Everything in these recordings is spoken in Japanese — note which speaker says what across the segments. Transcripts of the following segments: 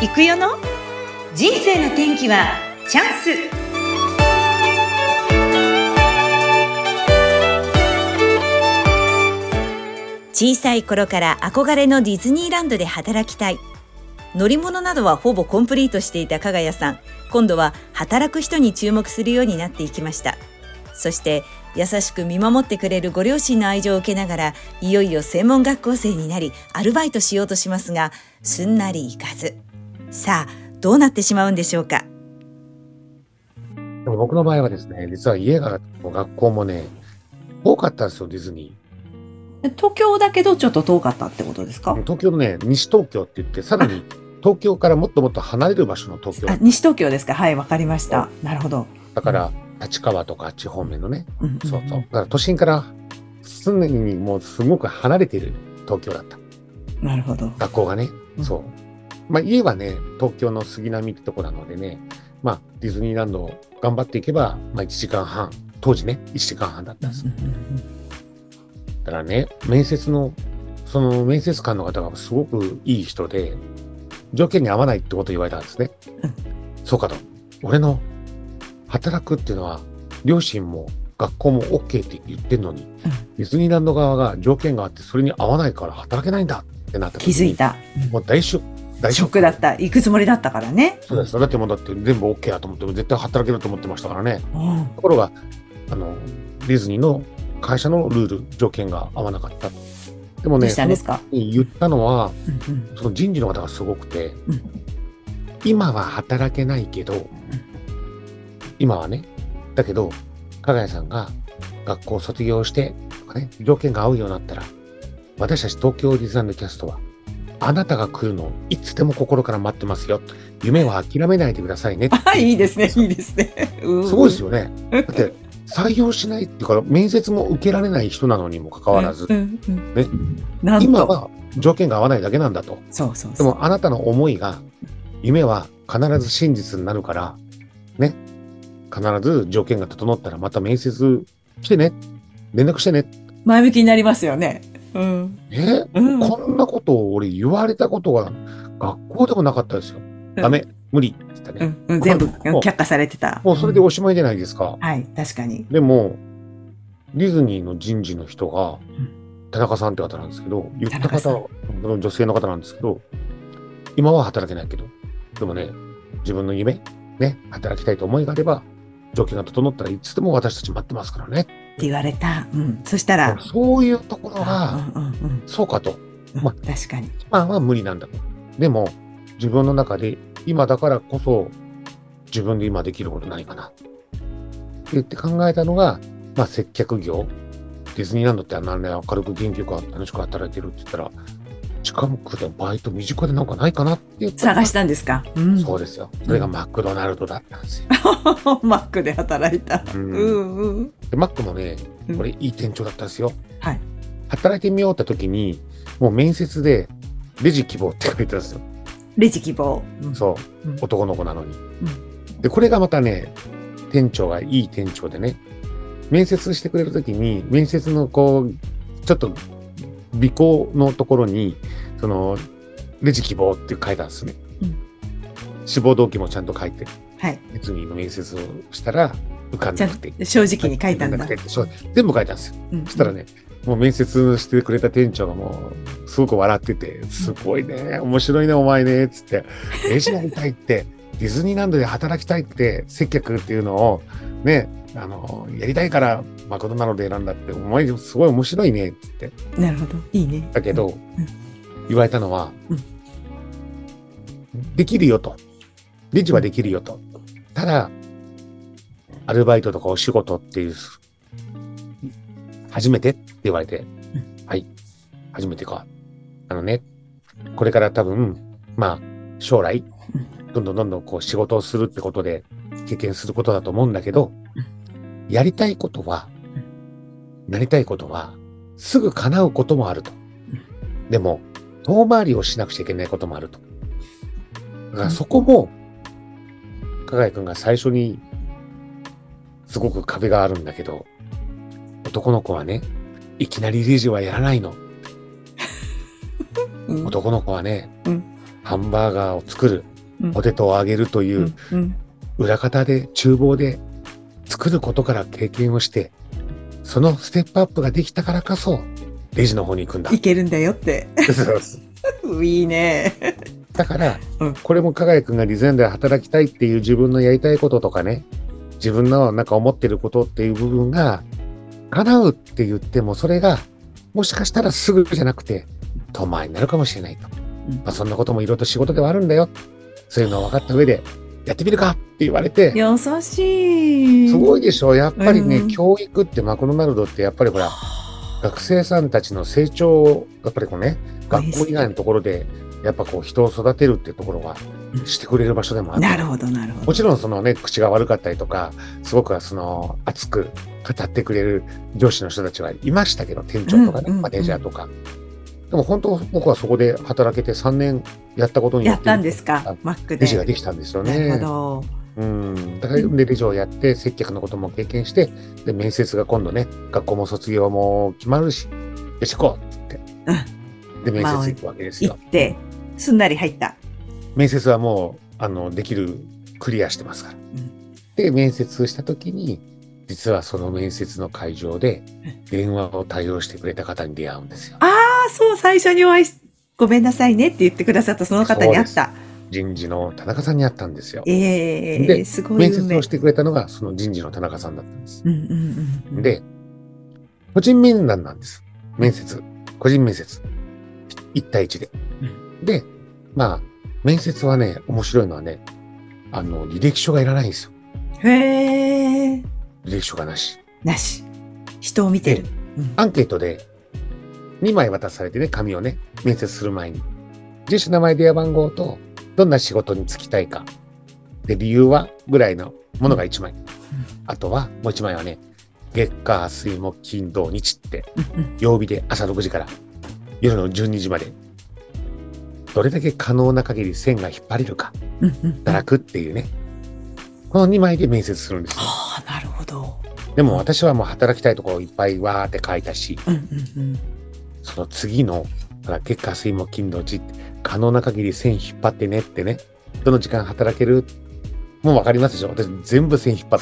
Speaker 1: 行くよの人生の天気はチャンス小さい頃から憧れのディズニーランドで働きたい乗り物などはほぼコンプリートしていた加賀谷さん今度は働く人に注目するようになっていきましたそして優しく見守ってくれるご両親の愛情を受けながらいよいよ専門学校生になりアルバイトしようとしますがすんなりいかずさあどうなってしまうんでしょうか
Speaker 2: でも僕の場合はですね、実は家が学校もね、多かったんですよ、ディズニ
Speaker 3: 東京だけどちょっと遠かったってことですか
Speaker 2: ー。東京のね、西東京って言って、さらに東京からもっともっと離れる場所の東京。
Speaker 3: あ西東京ですかはいわかりましたなるほど、
Speaker 2: だから、立川とかあっち方面のね、
Speaker 3: うん
Speaker 2: そうそう。だから都心から常にもうすごく離れている東京だった。
Speaker 3: なるほど
Speaker 2: 学校がね。
Speaker 3: うん
Speaker 2: そう。まあ家はね、東京の杉並ってとこなのでね、まあディズニーランドを頑張っていけば、まあ1時間半、当時ね、1時間半だったんです。だからね、面接の、その面接官の方がすごくいい人で、条件に合わないってことを言われたんですね。
Speaker 3: うん
Speaker 2: そうかと。俺の働くっていうのは、両親も学校も OK って言ってんのに、ディズニーランド側が条件があって、それに合わないから働けないんだってなった時
Speaker 3: 気
Speaker 2: に
Speaker 3: づい。た、
Speaker 2: もう大ショ大
Speaker 3: ショックだった行くつもりだったからね
Speaker 2: そうです。だってもうだって全部 OK だと思って、絶対働けると思ってましたからね。
Speaker 3: うん
Speaker 2: ところがあのディズニーの会社のルール条件が合わなかったでも
Speaker 3: どう
Speaker 2: ね
Speaker 3: したんですか、
Speaker 2: その時に言ったのは
Speaker 3: うんうん
Speaker 2: その人事の方がすごくて、
Speaker 3: うん
Speaker 2: 今は働けないけど今はねだけど加賀谷さんが学校を卒業してとかね条件が合うようになったら私たち東京ディズニーランドキャストはあなたが来るのをいつでも心から待ってますよ夢は諦めないでくださいねって
Speaker 3: はい、いいですね、いいですね。す
Speaker 2: すごいです
Speaker 3: よ。
Speaker 2: よね。だって採用しないっていうから面接も受けられない人なのにもかかわらず
Speaker 3: う、んうん
Speaker 2: ね
Speaker 3: なんと
Speaker 2: 今は条件が合わないだけなんだと。
Speaker 3: そうそう
Speaker 2: で
Speaker 3: そう。
Speaker 2: もあなたの思いが夢は必ず真実になるからね必ず条件が整ったらまた面接来てね連絡してね
Speaker 3: 前向きになりますよね。うん。
Speaker 2: え
Speaker 3: うん
Speaker 2: こんなことを俺言われたことが学校でもなかったですよ。ダメ無理って言った
Speaker 3: う
Speaker 2: ね。
Speaker 3: んうん、全部うん
Speaker 2: もう
Speaker 3: 却下されてた。
Speaker 2: もうそれでおしまいじゃないですか。
Speaker 3: はい、確かに。
Speaker 2: でも、ディズニーの人事の人が
Speaker 3: う、
Speaker 2: 田中さんって方なんですけど、言った
Speaker 3: 田中さん
Speaker 2: 方、この女性の方なんですけど、今は働けないけど、でもね、自分の夢、ね、働きたいと思いがあれば、条件が整ったらいつでも私たち待ってますからね。
Speaker 3: って言われた。うん。そしたら、
Speaker 2: そういうところが、
Speaker 3: うんうんうん
Speaker 2: そうかと。
Speaker 3: うん
Speaker 2: ま
Speaker 3: 確かに。
Speaker 2: 今は無理なんだと。でも、自分の中で、今だからこそ、自分で今できることないかな。って言って考えたのが、まあ、接客業。ディズニーランドってあんなね、明るく元気よく楽しく働いてるって言ったら、近くでバイト身近でなんかないかなって言ったら
Speaker 3: 探したんですか。うん。
Speaker 2: そうですよ。それがマクドナルドだったんですよ。
Speaker 3: マックで働いた。
Speaker 2: う
Speaker 3: うんんうん。
Speaker 2: で、マックもね
Speaker 3: う、ん
Speaker 2: これいい店長だったんですよ。
Speaker 3: はい
Speaker 2: 働いてみようって時に、もう面接で、レジ希望って書いてたんですよ。
Speaker 3: レジ希望。うん
Speaker 2: そう、
Speaker 3: うん
Speaker 2: 男の子なのに、で、これがまたね、店長がいい店長でね、面接してくれるときに、面接のこう、ちょっと、尾行のところに、その、レジ希望って書いたんですね。
Speaker 3: うん
Speaker 2: 志望動機もちゃんと書いて、
Speaker 3: はい。
Speaker 2: 別に面接をしたら受かん
Speaker 3: ちゃ
Speaker 2: なんくて。
Speaker 3: と正直に書いたんだ。
Speaker 2: 受かなくてそう全部書いたんですよ。
Speaker 3: うん
Speaker 2: そしたらね、もう面接してくれた店長がもう、すごく笑ってて、すごいね、面白いね、お前ね、つって、レジやりたいって、 ディズニーランドで働きたいって、接客っていうのを、ね、あの、やりたいから、マクドナルド選んだって、お前、すごい面白いね、つって。
Speaker 3: なるほど。いいね。
Speaker 2: だけど、
Speaker 3: ん
Speaker 2: 言われたのは、
Speaker 3: うん
Speaker 2: できるよと。レジはできるよと。ただ、アルバイトとかお仕事っていう、初めてって言われて、はい、初めてか。あのね、これから多分、まあ、将来、どんどんどんどんこう仕事をするってことで経験することだと思うんだけど、やりたいことは、なりたいことは、すぐ叶うこともあると。でも、遠回りをしなくちゃいけないこともあると。だからそこも、加賀谷くんが最初に、すごく壁があるんだけど、男の子はね、いきなりレジはやらないの。
Speaker 3: うん
Speaker 2: 男の子はね、
Speaker 3: うん
Speaker 2: ハンバーガーを作る、
Speaker 3: うん
Speaker 2: ポテトを揚げるという
Speaker 3: う
Speaker 2: うん
Speaker 3: ん
Speaker 2: 裏方で厨房で作ることから経験をして、そのステップアップができたからこそ、レジの方に行くんだ
Speaker 3: い。けるんだよって。 いいね。
Speaker 2: だから、
Speaker 3: うん
Speaker 2: これも加賀谷君がリゼンで働きたいっていう自分のやりたいこととかね、自分のなんか思ってることっていう部分が、叶うって言っても、それが、もしかしたらすぐじゃなくて、遠回りになるかもしれないと。
Speaker 3: うん
Speaker 2: まあ、そんなこともいろいろと仕事ではあるんだよ。そういうのを分かった上で、やってみるかって言われて、
Speaker 3: 優しい。
Speaker 2: すごいでしょやっぱりね、
Speaker 3: うん
Speaker 2: 教育ってマクドナルドってやっぱりほら、学生さんたちの成長を、やっぱりこうね、学校以外のところで、やっぱこう人を育てるってところは
Speaker 3: うん
Speaker 2: してくれる場所でもある。
Speaker 3: なるほど、なるほど
Speaker 2: も。ちろんそのね、口が悪かったりとか、すごくその熱く語ってくれる上司の人たちはいましたけど、店長とかね、
Speaker 3: うんうんうん
Speaker 2: マネージャーとか。でも本当、僕はそこで働けて3年やったことによ
Speaker 3: や
Speaker 2: っ、
Speaker 3: ってたんです
Speaker 2: あ
Speaker 3: か、マックで。
Speaker 2: レジができたんですよね。
Speaker 3: なるほど。
Speaker 2: うん、だからでレジをやって接客のことも経験してで面接が今度ね学校も卒業も決まるしよし行こうっつってで面接行くわけです
Speaker 3: 行
Speaker 2: よ
Speaker 3: っ、て、すんなり入った。
Speaker 2: 面接はもうあのできるクリアしてますから、
Speaker 3: ん
Speaker 2: で面接した時に実はその面接の会場で電話を対応してくれた方に出会うんですよ
Speaker 3: あ、そう、最初にお会いし、ごめんなさいねって言ってくださったその方に会った。
Speaker 2: 人事の田中さんに会ったんですよ
Speaker 3: ええ
Speaker 2: です
Speaker 3: ごい
Speaker 2: 面
Speaker 3: 運
Speaker 2: 接
Speaker 3: 命
Speaker 2: をしてくれたのがその人事の田中さんだったんです
Speaker 3: うんうんうん。、
Speaker 2: で、個人面談なんです。面接。個人面接。1対1で。で、まあ、面接はね、面白いのはね、あの、履歴書がいらないんですよ。
Speaker 3: へえ。
Speaker 2: 履歴書がなし。
Speaker 3: なし。人を見てる。うん
Speaker 2: アンケートで、2枚渡されてね、紙をね、面接する前に。住所、名前、電話番号と、どんな仕事に就きたいか。で、理由はぐらいのものが1枚。あとは、もう1枚はね、月火水木金土日って
Speaker 3: うんうん
Speaker 2: 曜日で朝6時から夜の12時まで、どれだけ可能な限り線が引っ張れるか、
Speaker 3: うんうん
Speaker 2: 働くっていうね、この2枚で面接するんですよ。
Speaker 3: はあ、なるほど。
Speaker 2: でも私はもう働きたいところをいっぱいわーって書いたし、
Speaker 3: うんうんうん。
Speaker 2: その次の、だから月火水木金土日、可能な限り線引っ張ってねってね、どの時間働けるもうわかりますでしょ私全部線引っ張っ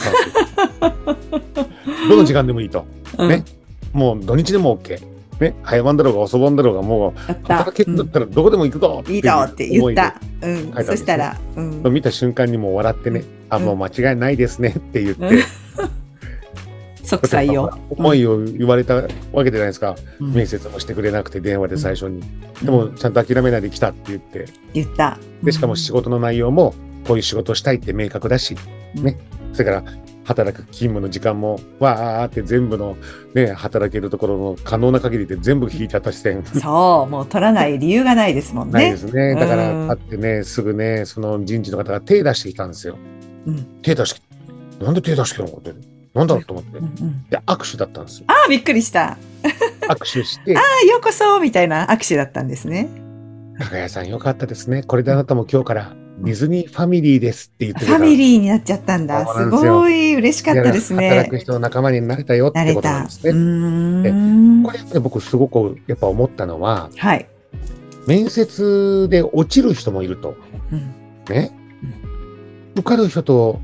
Speaker 2: たんですよ。どの時間でもいいと。
Speaker 3: うん
Speaker 2: ねもう土日でも OK。ね、早番だろうが遅番だろうがもう
Speaker 3: やった。
Speaker 2: 働けるんだったらどこでも行くぞ
Speaker 3: うんいいだって言った。うん
Speaker 2: 書いたんです。
Speaker 3: そ
Speaker 2: ね
Speaker 3: したら、うん
Speaker 2: 見た瞬間にもう笑ってね、あ、
Speaker 3: うん
Speaker 2: もう間違いないですねって言って、
Speaker 3: うん即採用。
Speaker 2: 思いを言われたわけじゃないですか、
Speaker 3: うん
Speaker 2: 面接もしてくれなくて電話で最初に、
Speaker 3: うん
Speaker 2: でもちゃんと諦めないで来たって言って
Speaker 3: 言った。
Speaker 2: でしかも仕事の内容もこういう仕事したいって明確だし、
Speaker 3: うん
Speaker 2: ね。それから働く勤務の時間もわーって全部の、ね、働けるところの可能な限りで全部引いたった視線
Speaker 3: そう、もう取らない理由がないですもん
Speaker 2: ない
Speaker 3: ね
Speaker 2: で。すね。だから、
Speaker 3: うん
Speaker 2: あってね、すぐね、その人事の方が手出してきたんですよ。
Speaker 3: うん
Speaker 2: 手出してきなんで手出してきたのって。なんだろうと思って
Speaker 3: う。んうん
Speaker 2: で、握手だった んですよ。
Speaker 3: ああ、びっくりした。
Speaker 2: 握手して、
Speaker 3: あようこそみたいな握手だったんですね。
Speaker 2: 加賀谷さんよかったですね。これであなたも今日からディズニーファミリーですって言って
Speaker 3: フ
Speaker 2: くれた。
Speaker 3: ァミリーになっちゃったんだ。
Speaker 2: そうな
Speaker 3: す
Speaker 2: んですよ
Speaker 3: ごい嬉しかったです
Speaker 2: だから働
Speaker 3: ね
Speaker 2: く。人の仲間になれたよっ
Speaker 3: な
Speaker 2: て
Speaker 3: れ
Speaker 2: ことな
Speaker 3: た。
Speaker 2: ん
Speaker 3: う
Speaker 2: です
Speaker 3: ー
Speaker 2: ね。
Speaker 3: ん。
Speaker 2: これって僕すごくやっぱ思ったのは、
Speaker 3: はい。
Speaker 2: 面接で落ちる人もいると。
Speaker 3: うん
Speaker 2: ね。受かる人と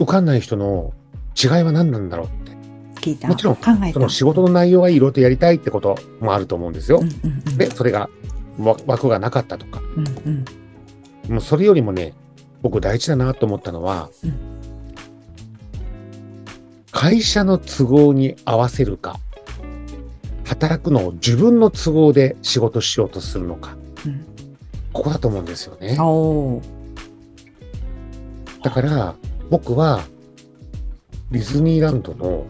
Speaker 2: 受かんない人の違いは何なんだろうって。
Speaker 3: 聞いた。
Speaker 2: もちろん
Speaker 3: 考えた。
Speaker 2: その仕事の内容はいろいろとやりたいってこともあると思うんですよ
Speaker 3: うん。うんうん
Speaker 2: で、それがわ枠がなかったとか、
Speaker 3: うんうん
Speaker 2: もうそれよりもね、僕大事だなと思ったのは
Speaker 3: うん、
Speaker 2: 会社の都合に合わせるか、働くのを自分の都合で仕事しようとするのか
Speaker 3: うん、
Speaker 2: ここだと思うんですよね。
Speaker 3: おー
Speaker 2: だから僕はディズニーランドの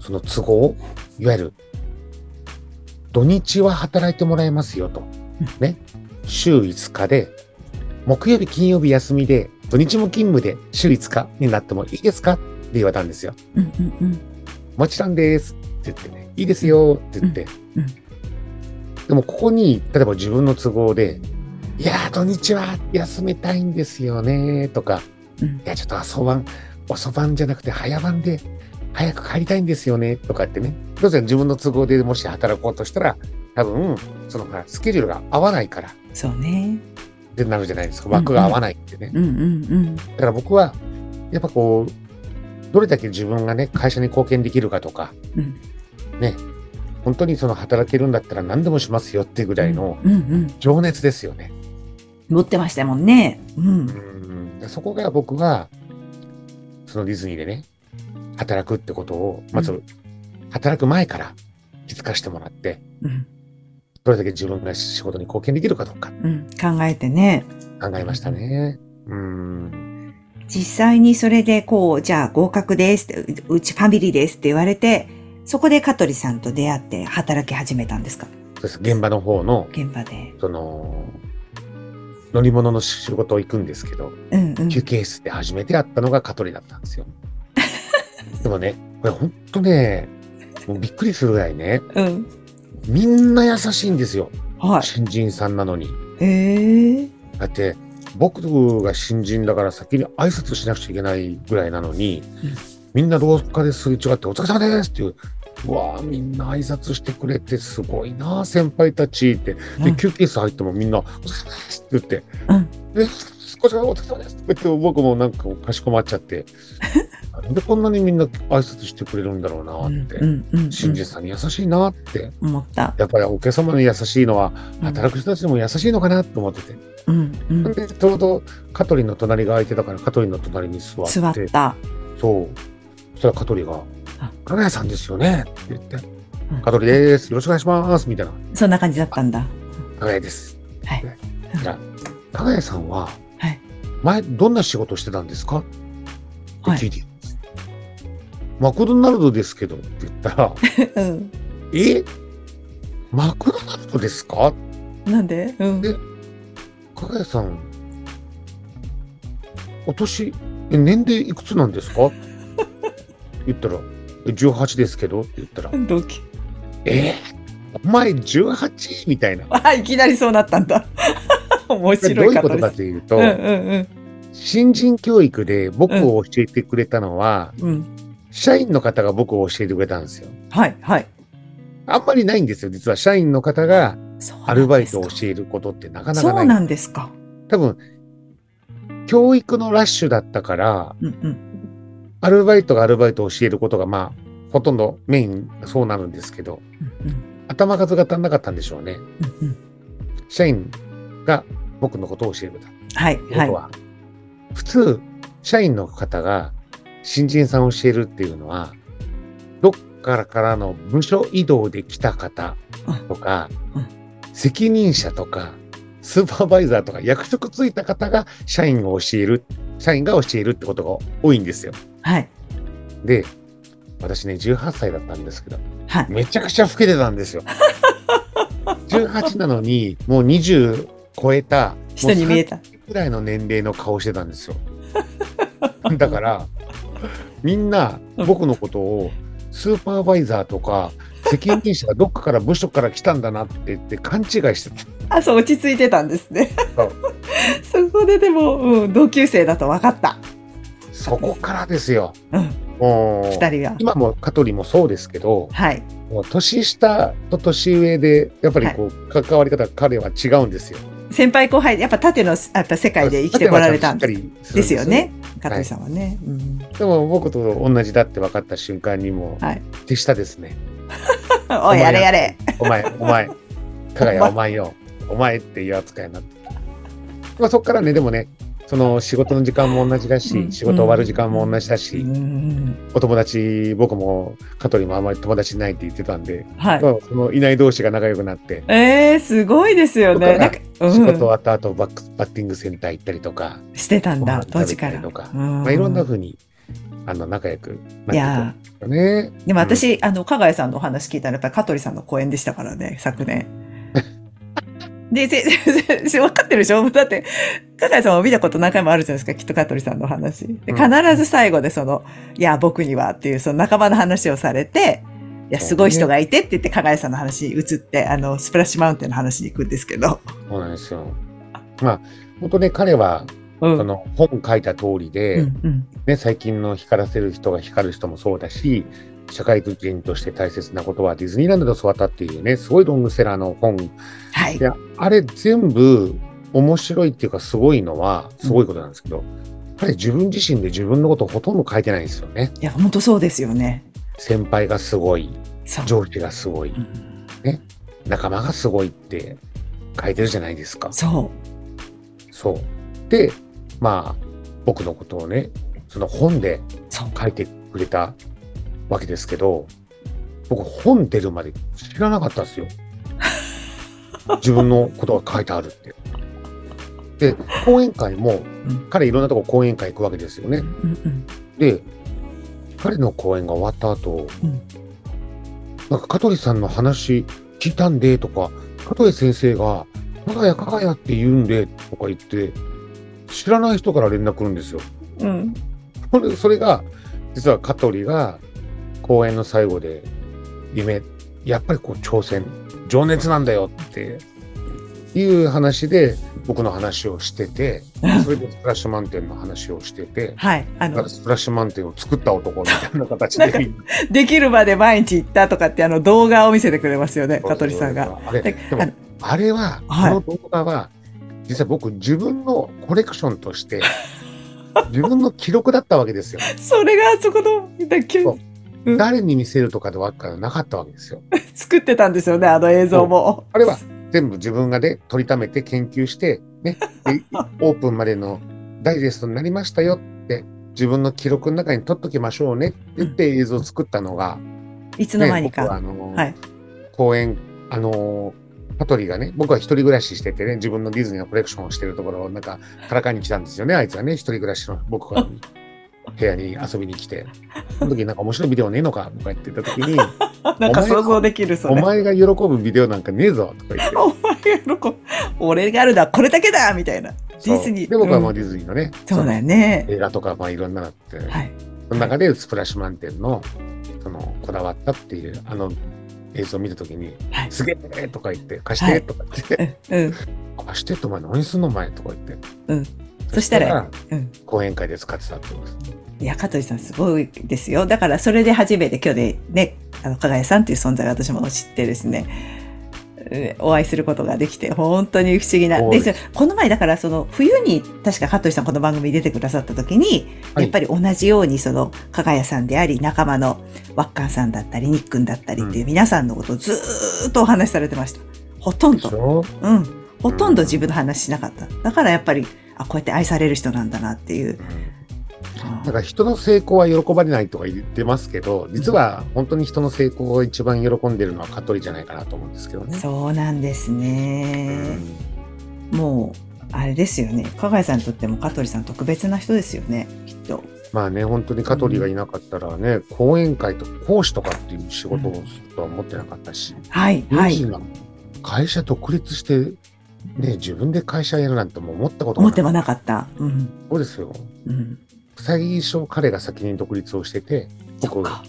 Speaker 2: その都合いわゆる土日は働いてもらえますよとね週5日で木曜日金曜日休みで土日も勤務で週5日になってもいいですかって言われたんですよ。
Speaker 3: うんうんうん
Speaker 2: もちろんですって言ってねいいですよって言って、
Speaker 3: うんうん
Speaker 2: でもここに例えば自分の都合でいやー土日は休めたいんですよねとか
Speaker 3: うん
Speaker 2: いや、ちょっと朝晩、遅晩じゃなくて早晩で、早く帰りたいんですよね、とかってね。当然自分の都合でもし働こうとしたら、多分、そのほらスケジュールが合わないから、
Speaker 3: そうね。
Speaker 2: ってなるじゃないですか。枠が合わないってね。
Speaker 3: うんうん
Speaker 2: だから僕は、やっぱこう、どれだけ自分がね、会社に貢献できるかとか、
Speaker 3: うんうん
Speaker 2: ね、本当にその働けるんだったら何でもしますよってぐらいの
Speaker 3: うんうん
Speaker 2: 情熱ですよね。
Speaker 3: 持ってましたもんねうん
Speaker 2: うん、そこが僕が、そのディズニーでね、働くってことを、ま
Speaker 3: う
Speaker 2: ず、働く前から気づかしてもらって、
Speaker 3: うん
Speaker 2: どれだけ自分が仕事に貢献できるかどうか
Speaker 3: うん考えてね
Speaker 2: 考えましたね。うん。
Speaker 3: 実際にそれでこうじゃあ合格ですってううちファミリーですって言われてそこで香取さんと出会って働き始めたんですか
Speaker 2: そうです。現場の方の、
Speaker 3: 現場で
Speaker 2: その、乗り物の仕事行くんですけど、
Speaker 3: うんうん
Speaker 2: 休憩室で初めて会ったのが香取だったんですよ。 でもね、これほんとね、もうびっくりするぐらいね、
Speaker 3: うん
Speaker 2: みんな優しいんですよ。
Speaker 3: はい
Speaker 2: 新人さんなのに。
Speaker 3: へえ
Speaker 2: だって、僕が新人だから先に挨拶しなくちゃいけないぐらいなのに、
Speaker 3: うん
Speaker 2: みんな廊下ですれ違って、お疲れ様ですっていう、うわーみんな挨拶してくれて、すごいなあ先輩たちって、
Speaker 3: う
Speaker 2: で、
Speaker 3: ん
Speaker 2: 休憩室入ってもみんな、お疲れ様ですって言って、
Speaker 3: うん
Speaker 2: で、こちらお疲れ様ですって言って、僕もなんかかしこまっち ゃって、なんでこんなにみんな挨拶してくれるんだろうなあって、
Speaker 3: うんうんうん
Speaker 2: 新人さんに優しいなあって、
Speaker 3: 思った
Speaker 2: やっぱりお客様に優しいのは、働く人たちにも優しいのかなと思ってて。
Speaker 3: うんうんうん
Speaker 2: でちょうどカトリンの隣が空いてたからカトリンの隣に座って
Speaker 3: 座った
Speaker 2: そうそしたらカトリが
Speaker 3: あ
Speaker 2: 「金谷さんですよね」って言って
Speaker 3: うん
Speaker 2: 「カトリですよろしくお願いします」みたいな
Speaker 3: そんな感じだったんだ
Speaker 2: 「金谷です」
Speaker 3: はい
Speaker 2: ねだから金谷さんは
Speaker 3: はい
Speaker 2: 前どんな仕事してたんですか?」って
Speaker 3: はい
Speaker 2: 聞いて、マクドナルドですけど」って言ったら
Speaker 3: うん
Speaker 2: 「えマクドナルドですか?」
Speaker 3: なんでうん
Speaker 2: で加賀谷さん、お年、え年齢いくつなんです か言ったら、え18ですけどって言ったら、
Speaker 3: 同期
Speaker 2: えー、お前 18? みたいな。
Speaker 3: あいきなりそうなったんだ 面
Speaker 2: これど
Speaker 3: 白
Speaker 2: う
Speaker 3: い
Speaker 2: いう
Speaker 3: 方
Speaker 2: こと
Speaker 3: で
Speaker 2: か
Speaker 3: す
Speaker 2: というと、
Speaker 3: うんうん
Speaker 2: 新人教育で僕を教えてくれたのは、
Speaker 3: うんうん
Speaker 2: 社員の方が僕を教えてくれたんですよ。
Speaker 3: はいはい
Speaker 2: あんまりないんですよ、実は。社員の方
Speaker 3: そう
Speaker 2: が
Speaker 3: なんですか
Speaker 2: アルバイトを教えることってなかなか
Speaker 3: そ
Speaker 2: な
Speaker 3: う
Speaker 2: い。
Speaker 3: なんですか
Speaker 2: 多分、教育のラッシュだったから、
Speaker 3: うんうん
Speaker 2: アルバイトがアルバイトを教えることが、まあ、ほとんどメインそうなるんですけど、
Speaker 3: うんうん
Speaker 2: 頭数が足んなかったんでしょうね。
Speaker 3: うんうん
Speaker 2: 社員が僕のことを教えてた。
Speaker 3: はい
Speaker 2: ということは、普通、社員の方が新人さんを教えるっていうのは、どっからからの部署移動で来た方とか
Speaker 3: うんうん、
Speaker 2: 責任者とか、スーパーバイザーとか役職ついた方が社員を教える、社員が教えるってことが多いんですよ。
Speaker 3: はい
Speaker 2: で、私ね、18歳だったんですけど、
Speaker 3: はい
Speaker 2: めちゃくちゃ老けてたんで すよ。18なのに、もう20超えた、
Speaker 3: 人に見え
Speaker 2: た
Speaker 3: た
Speaker 2: ぐらいの年齢の顔してたんですよ。 だから、みんな僕のことを、スーパーバイザーとか、責任者がどっかから部署から来たんだなって言って勘違いしてた。
Speaker 3: あそう落ち着いてたんですね
Speaker 2: そ
Speaker 3: そこででも、うん、同級生だと分かった
Speaker 2: そこからですよ。
Speaker 3: うん
Speaker 2: もう
Speaker 3: 二人は
Speaker 2: 今も香取もそうですけど、
Speaker 3: はい
Speaker 2: もう年下と年上でやっぱりこう、関わり方が彼は違うんですよ。
Speaker 3: 先輩後輩やっぱ縦のやっぱ世界で生きてこられたんで
Speaker 2: 縦はちゃとしっかりす
Speaker 3: す
Speaker 2: るん
Speaker 3: ですよね香取さんはね、うん、
Speaker 2: でも僕と同じだって分かった瞬間にもう、
Speaker 3: はい
Speaker 2: 手下ですね。
Speaker 3: おいやれやれ
Speaker 2: お前お前 加賀谷お前よお前っていう扱いになって。まあそこからねでもねその仕事の時間も同じだし、
Speaker 3: うん
Speaker 2: 仕事終わる時間も同じだし、
Speaker 3: うん
Speaker 2: お友達僕も香取もあんまり友達いないって言ってたんで、
Speaker 3: はい
Speaker 2: まあそのいない同士が仲良くなって。
Speaker 3: えー、すごいですよね。なんか、うん、
Speaker 2: 仕事終わった後バックバッティングセンター行ったりとか、
Speaker 3: してたん
Speaker 2: ご
Speaker 3: だ、
Speaker 2: 飯
Speaker 3: 当
Speaker 2: 食べ
Speaker 3: 時か
Speaker 2: たり
Speaker 3: ら。
Speaker 2: とか、
Speaker 3: う
Speaker 2: まあ、いろんな風にあの仲良く
Speaker 3: い
Speaker 2: なっ
Speaker 3: や
Speaker 2: ていくんですよね。
Speaker 3: ーでも私、あの、加賀谷さんのお話聞いたら、やっぱり香取さんの講演でしたからね、昨 年。で、せ、せ、せ、分かってるでしょだって、加賀谷さんを見たこと何回もあるじゃないですか、きっと香取さんのお話。で
Speaker 2: うん
Speaker 3: 必ず最後でその、いや、僕にはっていう、その仲間の話をされて、いや、すごい人がいてって言って、加賀谷さんの話に移って、あの、スプラッシュマウンテンの話に行くんですけど。
Speaker 2: そうなんですよ。まあ、本当ね、彼は、
Speaker 3: うん。
Speaker 2: その本書いた通りで、
Speaker 3: うん、うん。
Speaker 2: ね、最近の光らせる人が光る人もそうだし、社会人として大切なことはディズニーランドで教わったっていうね、すごいロングセラーの本。
Speaker 3: はい
Speaker 2: い。や、あれ全部、面白いっていうかすごいのは、すごいことなんですけど、彼自分自身で自分のことをほとんど書いてないんですよね。
Speaker 3: いや、本当そうですよね。
Speaker 2: 先輩がすごい、
Speaker 3: そう。
Speaker 2: 上司がすご
Speaker 3: う
Speaker 2: い、
Speaker 3: ん
Speaker 2: 仲間がすごいって書いてるじゃないですか。
Speaker 3: そ
Speaker 2: そう。で、まあ、僕のことをね、その本で
Speaker 3: う。そう。
Speaker 2: 書いてくれたわけですけど、僕本出るまで知らなかったんで すよ。自分のことが書いてあるって。で、講演会も、
Speaker 3: うん
Speaker 2: 彼いろんなとこ講演会行くわけですよね。
Speaker 3: うんうん。
Speaker 2: で、彼の講演が終わった後、
Speaker 3: うん
Speaker 2: なんか香取さんの話聞いたんでとか、香取先生が、かがやかがやって言うんでとか言って、知らない人から連絡来るんですよ。
Speaker 3: うん。
Speaker 2: ほんでそれが、実は香取が公演の最後で、夢、やっぱりこう挑戦、情熱なんだよっていう話で、僕の話をして て、それでスプラッシュマウンテンの話をしてて、
Speaker 3: はい。あ
Speaker 2: だか
Speaker 3: の
Speaker 2: ら、スプラッシュマウンテンを作った男みたいな形
Speaker 3: な
Speaker 2: で
Speaker 3: んかできるまで毎日行ったとかって、あの、動画を見せてくれますよね、香取さんが。。
Speaker 2: あれ
Speaker 3: で
Speaker 2: でも
Speaker 3: あの
Speaker 2: あれは、
Speaker 3: はい
Speaker 2: この動画は、実は僕、自分のコレクションと して、自分の記録だったわけですよ。
Speaker 3: それが、あそこの、だきゅ
Speaker 2: そう
Speaker 3: うん
Speaker 2: 誰に見せるとかではなかったわけですよ。
Speaker 3: 作ってたんですよね、あの映像も。
Speaker 2: あれは全部自分がね、取りためて研究して、ね、 でオープンまでのダイジェストになりましたよって、自分の記録の中に取っときましょうねって言って映像を作ったのが、
Speaker 3: いつの間
Speaker 2: ね、
Speaker 3: に
Speaker 2: 僕
Speaker 3: か。
Speaker 2: はあの、
Speaker 3: はい
Speaker 2: 公演、あのー、香取がね、僕は一人暮らししててね、自分のディズニーのコレクションをしてるところを、なんか、からかいに来たんですよね、あいつはね、一人暮らしの 僕が部屋に遊びに来て、その時なんか面白いビデオねえのかとか言ってた時 に、
Speaker 3: なんか想像できる、そ
Speaker 2: お
Speaker 3: れ。
Speaker 2: 前が喜ぶビデオなんかねえぞとか言って。
Speaker 3: お前が喜ぶ俺があるのはこれだけだみたいな。 ディズニー。
Speaker 2: そうで、僕はも
Speaker 3: う
Speaker 2: うんディズニーのね、
Speaker 3: そうだよね
Speaker 2: そ。の映画とか、まあいろんなのあって、
Speaker 3: はい。
Speaker 2: その中でスプラッシュマウンテンの、その、こだわったっていう、あの、映像を見たときに、
Speaker 3: はい
Speaker 2: すげえとか言って、貸し
Speaker 3: は
Speaker 2: て
Speaker 3: い
Speaker 2: とか言って、
Speaker 3: うん。
Speaker 2: 貸してってお前何すんのお前とか言って。
Speaker 3: うんそしたら
Speaker 2: そし
Speaker 3: うん。
Speaker 2: 講演会で使ってたってことです。
Speaker 3: いや、香取さんすごいですよ。だからそれで初めて今日でね、あの、加賀谷さんっていう存在が私も知ってですね、えーお会いすることができて、本当に不思議な。
Speaker 2: そう
Speaker 3: で
Speaker 2: です
Speaker 3: すこの前、だからその冬に、確か香取さんこの番組に出てくださった時に、
Speaker 2: はい
Speaker 3: やっぱり同じようにその、加賀谷さんであり、仲間のワッカンさんだったり、ニックンだったりっていう皆さんのことをずーっとお話しされてました。ほとん
Speaker 2: でし
Speaker 3: ど。
Speaker 2: ょ
Speaker 3: うん。ほとんど自分の話しなかった。だからやっぱり、あ、こうやって愛される人なんだなっていう
Speaker 2: う。んなんか人の成功は喜ばれないとか言ってますけど、実は本当に人の成功を一番喜んでるのは香取じゃないかなと思うんですけどね。
Speaker 3: そうなんですね。もう、あれですよね。加賀谷さんにとっても香取さん特別な人ですよね、きっと。
Speaker 2: まあね、本当に香取がいなかったらね、講演会とか講師とかっていう仕事をするとは思ってなかったし、
Speaker 3: はい、は
Speaker 2: 友人
Speaker 3: い。
Speaker 2: が会社独立して、ね、自分で会社やるなんてもう思ったこと
Speaker 3: 思
Speaker 2: が
Speaker 3: って
Speaker 2: ない。
Speaker 3: はなかった。うん。
Speaker 2: そうですよ。
Speaker 3: うん。
Speaker 2: 最初彼が先に独立をしてて、
Speaker 3: そっ
Speaker 2: 僕、
Speaker 3: か。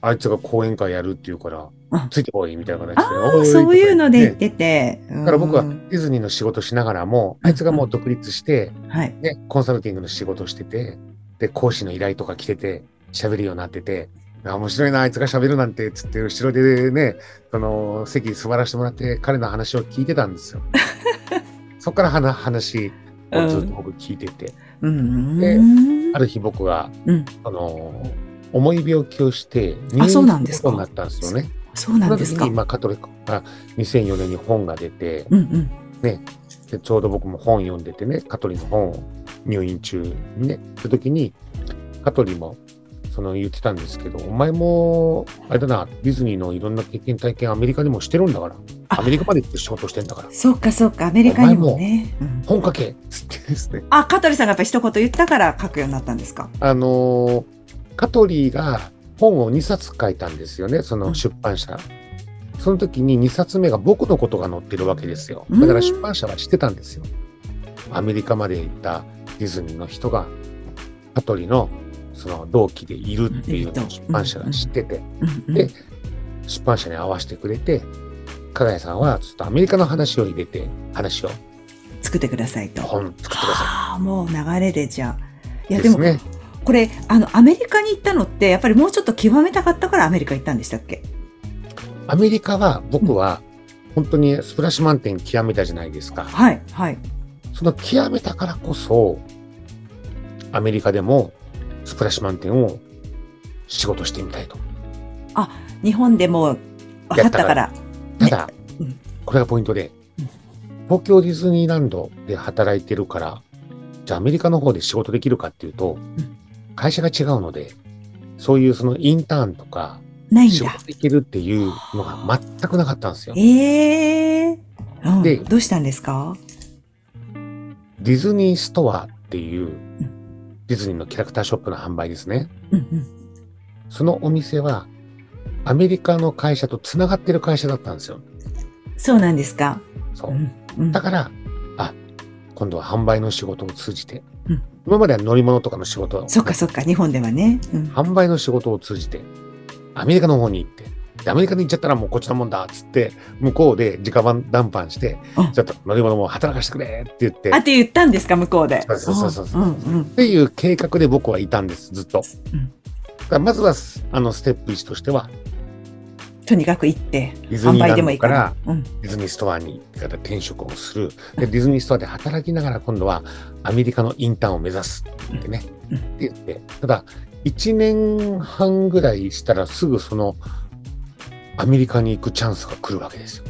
Speaker 2: あいつが講演会やるっていうから
Speaker 3: うん、
Speaker 2: ついてこいみたいな形で。
Speaker 3: あ
Speaker 2: お
Speaker 3: あ、
Speaker 2: い
Speaker 3: そういうので言っ
Speaker 2: ね
Speaker 3: てて。
Speaker 2: だから僕は
Speaker 3: う
Speaker 2: デ
Speaker 3: ん
Speaker 2: ィズニーの仕事しながらも、あいつがもう独立して、
Speaker 3: はい。
Speaker 2: ね、コンサルティングの仕事してて、で、講師の依頼とか来てて、喋るようになってて、あ面白いな、あいつが喋るなんて、つって、後ろでね、その、席座らせてもらって、彼の話を聞いてたん ですよ。そこからはな話をずっと僕聞いてて、
Speaker 3: うん。
Speaker 2: で
Speaker 3: うん
Speaker 2: ある日僕が、
Speaker 3: うん。
Speaker 2: あの、重い病気をして、
Speaker 3: あそうなん
Speaker 2: 院
Speaker 3: ですす
Speaker 2: る
Speaker 3: か
Speaker 2: ことになったんですよね。
Speaker 3: そうなんです
Speaker 2: その
Speaker 3: か。
Speaker 2: 時に、まあ、カトリックが2004年に本が出て、
Speaker 3: うんうん。
Speaker 2: でちょうど僕も本読んでてね、香取の本を入院中にね、って時に、香取もその言ってたんですけど、お前も、あれだな、ディズニーのいろんな経験、体験、アメリカでもしてるんだから、
Speaker 3: あ
Speaker 2: アメリカまで行って仕事してんだから、
Speaker 3: そうか、そうか。アメリカにもね。うん
Speaker 2: 本書けつってですね、
Speaker 3: あ、香取さんがやっぱり一言言ったから書くようになったんですか。
Speaker 2: あのー、香取が本を2冊書いたんですよね、そうの
Speaker 3: ん
Speaker 2: 出版社。その時に2冊目が僕のことが載ってるわけですよ。だか
Speaker 3: うん
Speaker 2: ら出版社はしてたんですよ。アメリカまで行ったディズニーの人が、香取のその同期でいるっていうのを出版社が知ってて、
Speaker 3: うんうん
Speaker 2: で出版社に合わせてくれて、加賀谷さんはちょっとアメリカの話を入れて、話を
Speaker 3: 作ってくださいと。
Speaker 2: 本作ってくださ
Speaker 3: ああ、もう流れでじゃあ。い
Speaker 2: い。
Speaker 3: や、
Speaker 2: で
Speaker 3: ですも、
Speaker 2: ね。
Speaker 3: これ、あの、アメリカに行ったのって、やっぱりもうちょっと極めたかったからアメリカ行ったんでしたっけ
Speaker 2: アメリカは僕は本当にスプラッシュマウンテン極めたじゃないですか。
Speaker 3: はい、はい。
Speaker 2: その極めたからこそ、アメリカでもスプラッシュマウンテンを仕事してみたいと。
Speaker 3: 日本でもう分かったから。
Speaker 2: ただ、
Speaker 3: うん
Speaker 2: これがポイントで
Speaker 3: うん、
Speaker 2: 東京ディズニーランドで働いてるから、じゃあアメリカの方で仕事できるかっていうと、会社が違うので、そういうそのインターンとか、
Speaker 3: ないん
Speaker 2: 仕
Speaker 3: だ
Speaker 2: 事。できるっていうのが全くなかったんですよ。
Speaker 3: ええー。うん
Speaker 2: で
Speaker 3: どうしたんですか
Speaker 2: ディズニーストアっていう
Speaker 3: う、
Speaker 2: ディズニーのキャラクターショップの販売ですね。
Speaker 3: うんうん。
Speaker 2: そのお店は、アメリカの会社と繋がってる会社だったんですよ。
Speaker 3: そうなんですか。
Speaker 2: そうう。
Speaker 3: んうん
Speaker 2: だから、あ、今度は販売の仕事を通じて
Speaker 3: うん、
Speaker 2: 今までは乗り物とかの仕事を
Speaker 3: そっかそっか、日本ではね。うん
Speaker 2: 販売の仕事を通じて、アメリカの方に行って、でアメリカに行っちゃったらもうこっちのもんだっつって、向こうで直談判して
Speaker 3: うん、
Speaker 2: ちょっと乗り物も働かせてくれって言って
Speaker 3: あ、って言ったんですか、向こうで。
Speaker 2: そうそうそうそう
Speaker 3: うんうん
Speaker 2: っていう計画で僕はいたんです、ずっと。
Speaker 3: うん
Speaker 2: だからまずはす、あの、ステップ1としては、
Speaker 3: とにかく行って、
Speaker 2: ディズ
Speaker 3: 販
Speaker 2: ニー
Speaker 3: 売
Speaker 2: ラ
Speaker 3: で
Speaker 2: ン
Speaker 3: もい
Speaker 2: ド
Speaker 3: いか
Speaker 2: からら。
Speaker 3: うん
Speaker 2: ディズニーストアに行って転職をする。で、ディズニーストアで働きながら今度はアメリカのインターンを目指すってね。
Speaker 3: うん
Speaker 2: って言って、ただ、1年半ぐらいしたらすぐその、アメリカに行くチャンスが来るわけですよ。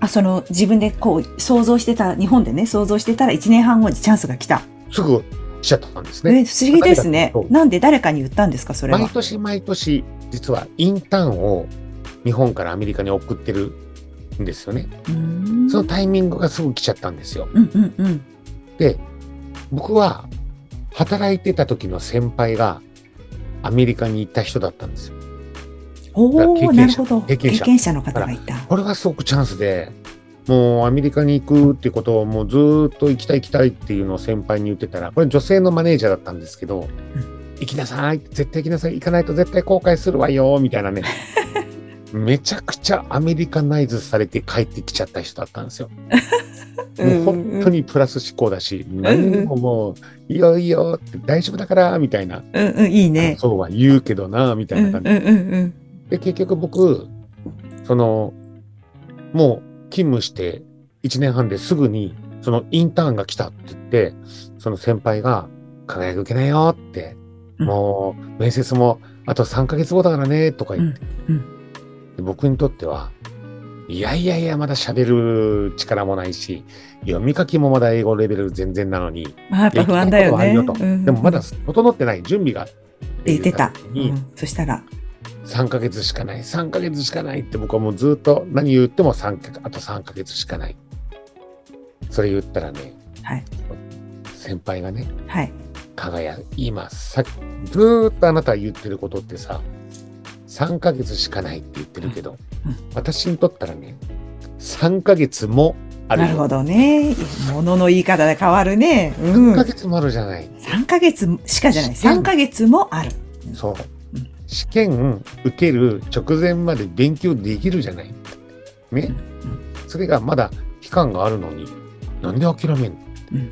Speaker 3: あ、その、自分でこう、想像してた、日本でね、想像してたら1年半後にチャンスが来た。
Speaker 2: すぐ来ちゃったんですね。
Speaker 3: え、不思議ですね
Speaker 2: そう。
Speaker 3: なんで誰かに言ったんですか、それ
Speaker 2: 毎
Speaker 3: は。
Speaker 2: 年毎年、実はインターンを日本からアメリカに送ってるんですよね。
Speaker 3: うーん
Speaker 2: そのタイミングがすぐ来ちゃったんですよ。
Speaker 3: うんうんうん。
Speaker 2: で、僕は働いてた時の先輩がアメリカに行った人だったんですよ。
Speaker 3: お
Speaker 2: だ
Speaker 3: お、
Speaker 2: から経験者
Speaker 3: なるほど。経
Speaker 2: 経験
Speaker 3: 験
Speaker 2: 者
Speaker 3: 者の方がいた。
Speaker 2: これはすごくチャンスで、もうアメリカに行くってことをもうずーっと行きたい行きたいっていうのを先輩に言ってたら、これ女性のマネージャーだったんですけど、行きなさい絶対行きなさい行かないと絶対後悔するわよみたいなね。めちゃくちゃアメリカナイズされて帰ってきちゃった人だったんですよ。もう本当にプラス思考だし、何ももう、いいよいいよって大丈夫だから、みたいな。
Speaker 3: うんうん、いいね。
Speaker 2: そうは言うけどな、みた
Speaker 3: う
Speaker 2: い
Speaker 3: ん
Speaker 2: な
Speaker 3: うん
Speaker 2: 感
Speaker 3: うん
Speaker 2: じ。
Speaker 3: うん。
Speaker 2: で、結局僕、その、もう勤務して1年半ですぐに、そのインターンが来たって言って、その先輩が、輝く受けなよって、
Speaker 3: うん
Speaker 2: もう面接もあと3ヶ月後だからね、とか言って、
Speaker 3: うんう
Speaker 2: で僕にとっては、いやいやいや、まだ喋る力もないし、読み書きもまだ英語レベル全然なのに、
Speaker 3: まあ、やっぱ不安だよね。
Speaker 2: いや行きたいことはあるよと
Speaker 3: うん
Speaker 2: でもまだ
Speaker 3: って
Speaker 2: 整ってない、準備が。って
Speaker 3: 言ってた。う
Speaker 2: に
Speaker 3: んそしたら、
Speaker 2: 3ヶ月しかない、3ヶ月しかないって僕はもうずっと何言っても3ヶあと3ヶ月しかない。それ言ったらね、
Speaker 3: はい
Speaker 2: 先輩がね、
Speaker 3: はい。
Speaker 2: 輝、今さっき、ずーっとあなたが言ってることってさ、3ヶ月しかないって言ってるけど、
Speaker 3: うんうん
Speaker 2: 私にとったらね、3ヶ月もあるよ。
Speaker 3: なるほどね。ものの言い方で変わるね。うん
Speaker 2: 3ヶ。月もあるじゃない。
Speaker 3: 3ヶ月しかじゃない。
Speaker 2: 試験
Speaker 3: 3ヶ月もある。
Speaker 2: そう
Speaker 3: うん。
Speaker 2: 試験受ける直前まで勉強できるじゃない。ね。それがまだ期間があるのに、なんで諦めんの、
Speaker 3: うん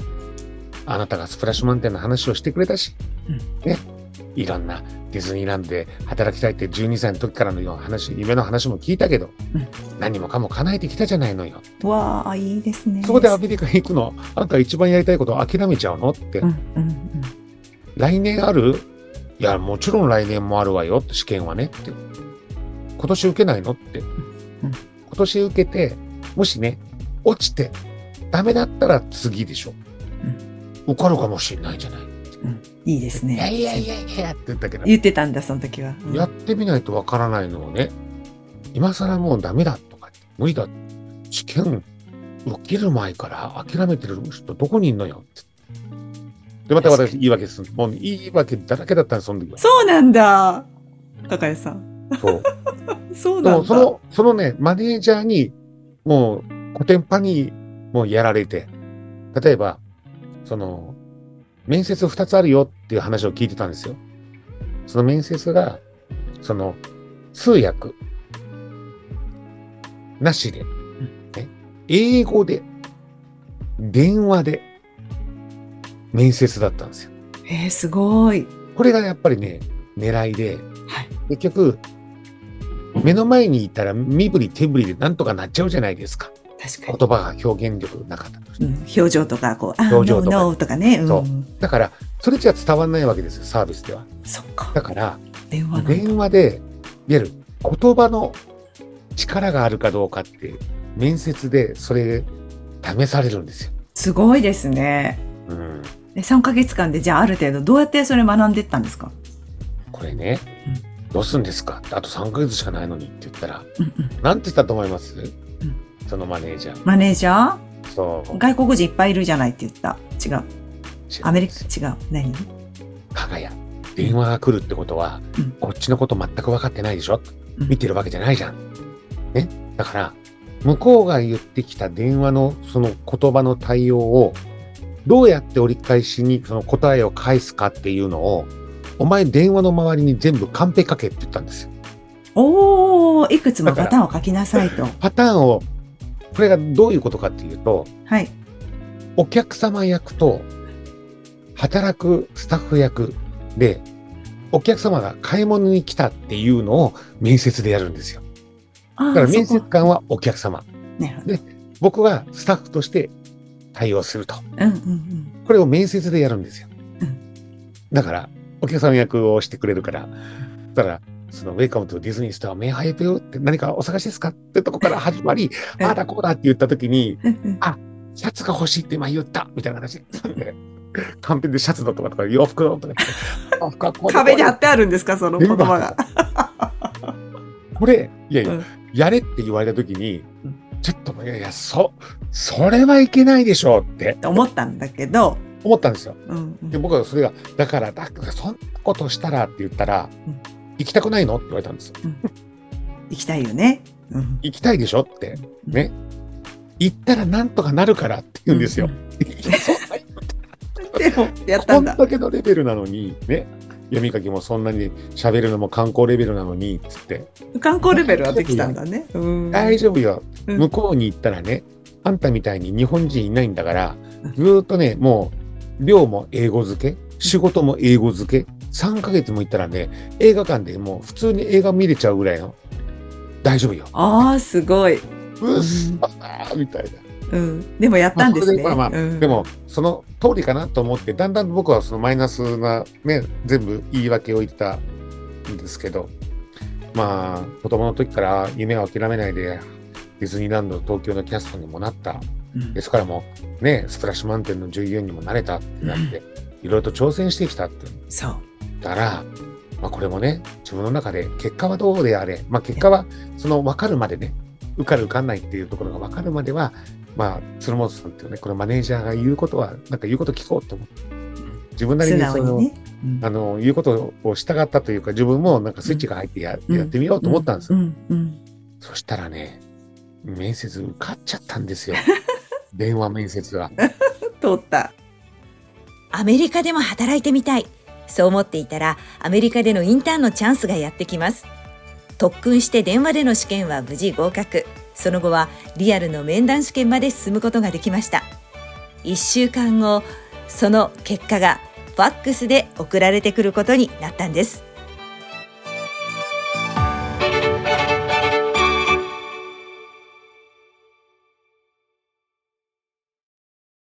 Speaker 2: あなたがスプラッシュマウンテンの話をしてくれたし、
Speaker 3: うん
Speaker 2: ね。いろんなディズニーランドで働きたいって12歳の時からのような話、夢の話も聞いたけど、
Speaker 3: うん
Speaker 2: 何もかも叶えてきたじゃないのよ。
Speaker 3: わあ、いいですね。
Speaker 2: そこでアメリカに行くの、あなた一番やりたいことを諦めちゃうのって、
Speaker 3: うんうんうん。
Speaker 2: 来年あるいや、もちろん来年もあるわよって、試験はねって。今年受けないのって。今年受けて、もしね、落ちて、ダメだったら次でしょ。受かるかもしれないじゃない。
Speaker 3: いいです
Speaker 2: いや
Speaker 3: ね。
Speaker 2: いやいやいやって言ったけど、
Speaker 3: 言ってたんだ、その時は。うん
Speaker 2: やってみないとわからないのをね、今更もうダメだとか、無理だ。試験受ける前から諦めてる人どこにいんのよって。で、また私言い訳する。もう言い訳だらけだったんです、その時は。
Speaker 3: そうなんだ。高谷さん。
Speaker 2: そう。
Speaker 3: そう
Speaker 2: で
Speaker 3: な
Speaker 2: も
Speaker 3: ん
Speaker 2: そ
Speaker 3: だ。
Speaker 2: の、そのね、マネージャーに、もう、コテンパンに、もうやられて、例えば、その、面接2つあるよっていう話を聞いてたんですよ。その面接が、その、通訳、なしで、ね、英語で、電話で、面接だったんですよ。
Speaker 3: えー、すごい。
Speaker 2: これがやっぱりね、狙いで、
Speaker 3: はい
Speaker 2: 結局、目の前にいたら身振り手振りでなんとかなっちゃうじゃないですか。
Speaker 3: 確かに。
Speaker 2: 言葉が表現力なかったとして
Speaker 3: うん、表情とか、こう、あ、
Speaker 2: 表情とか
Speaker 3: no, no とかね。うん。
Speaker 2: そうだから、それじゃ伝わらないわけですよ、サービスでは。
Speaker 3: そっか
Speaker 2: だ。から、
Speaker 3: 電話なんだ。
Speaker 2: 電話で、いわゆる言葉の力があるかどうかって、面接でそれで試されるんですよ。
Speaker 3: すごいですね。
Speaker 2: うん、
Speaker 3: え、3ヶ月間で、じゃあある程度、どうやってそれ学んでったんですか
Speaker 2: これね、どうすんですかあと3ヶ月しかないのにって言ったら、
Speaker 3: うんうん。
Speaker 2: なんて言ったと思います、そのマネージャー。
Speaker 3: マネージャー
Speaker 2: そう。
Speaker 3: 外国人いっぱいいるじゃないって言った。違う。アメリカ、違う。何
Speaker 2: 加賀谷。電話が来るってことは、
Speaker 3: うん
Speaker 2: こっちのこと全く分かってないでしょ
Speaker 3: うん
Speaker 2: 見てるわけじゃないじゃん。ね。だから、向こうが言ってきた電話のその言葉の対応を、どうやって折り返しにその答えを返すかっていうのを、お前電話の周りに全部カンペ書けって言ったんですよ。
Speaker 3: おー、いくつもパターンを書きなさいと。
Speaker 2: パターンを、これがどういうことかっていうと、
Speaker 3: はい。
Speaker 2: お客様役と働くスタッフ役で、お客様が買い物に来たっていうのを面接でやるんですよ。
Speaker 3: あ
Speaker 2: だから
Speaker 3: ー
Speaker 2: 面接
Speaker 3: そこ。
Speaker 2: 官はお客様。
Speaker 3: なるほど。
Speaker 2: 僕はスタッフとして対応すると。
Speaker 3: うんうんうん。
Speaker 2: これを面接でやるんですよ
Speaker 3: う。
Speaker 2: だから、お客様役をしてくれるから、だから、その、ウェイカムとディズニーストア、メイハイペよって何かお探しですかってとこから始ま り、
Speaker 3: うん
Speaker 2: ああだこうだって言った時に、
Speaker 3: うんうん
Speaker 2: シャツが欲しいって今言ったみたいな 話。カンペでシャツだとかとか洋服だ とか言って洋服はこうだ
Speaker 3: 壁に貼ってあるんですか、その言葉が。
Speaker 2: これ、いやいや、
Speaker 3: うん
Speaker 2: やれって言われた時に
Speaker 3: うん、
Speaker 2: ちょっと、いやいや、そ、それはいけないでしょうって
Speaker 3: と思ったんだけど、
Speaker 2: 思ったんですよ。
Speaker 3: うんうん
Speaker 2: で、僕はそれが、だから、だから、そんなことしたらって言ったら、
Speaker 3: うん
Speaker 2: 行きたくないのって言われたんですよ。
Speaker 3: 行きたいよね。うん
Speaker 2: 行きたいでしょって。ね。行ったらなんとかなるからって言うんですよ。 いやそんな
Speaker 3: でも、やった
Speaker 2: こ
Speaker 3: ん
Speaker 2: ん
Speaker 3: だ。
Speaker 2: だけのレベルなのに、ね。読み書きもそんなに喋るのも観光レベルなのに、つって、
Speaker 3: 観光レベルはできたんだね。うん
Speaker 2: 大丈夫よ。
Speaker 3: うん
Speaker 2: 向こうに行ったらね、あんたみたいに日本人いないんだから
Speaker 3: うん、
Speaker 2: ずーっとね、もう、寮も英語漬け、仕事も英語漬け、3ヶ月も行ったらね、映画館でもう普通に映画見れちゃうぐらいの、大丈夫よ。
Speaker 3: ああ、すごい。
Speaker 2: うっすあーみたいな。
Speaker 3: うん。でもやったんですね。
Speaker 2: まあまあまあ
Speaker 3: うん
Speaker 2: でも、その通りかなと思って、だんだん僕はそのマイナスな、ね、全部言い訳を言ったんですけど、まあ、子供の時から夢を諦めないで、ディズニーランド東京のキャストにもなった。
Speaker 3: うん
Speaker 2: ですからもう、ね、スプラッシュマウンテンの従業員にもなれたってなって、いろいろと挑戦してきたって。
Speaker 3: そう。
Speaker 2: だから、まあ、これもね、自分の中で結果はどうであれ、まあ、結果はその分かるまでね、受かる受かんないっていうところが分かるまでは、まあ、鶴本さんっていうね、このマネージャーが言うことは、なんか言うこと聞こうと思って、自分なり
Speaker 3: 素
Speaker 2: にその、
Speaker 3: 直にね。うん
Speaker 2: あの、言うことを従ったというか、自分もなんかスイッチが入ってや,、
Speaker 3: うん
Speaker 2: やってみようと思ったんですよ。
Speaker 3: うんうん
Speaker 2: そしたらね、面接受かっちゃった んですよ。電話面接は。
Speaker 3: 通った。
Speaker 1: アメリカでも働いてみたいそう思っていたらアメリカでのインターンのチャンスがやってきます特訓して電話での試験は無事合格その後はリアルの面談試験まで進むことができました1週間後その結果がファックスで送られてくることになったんです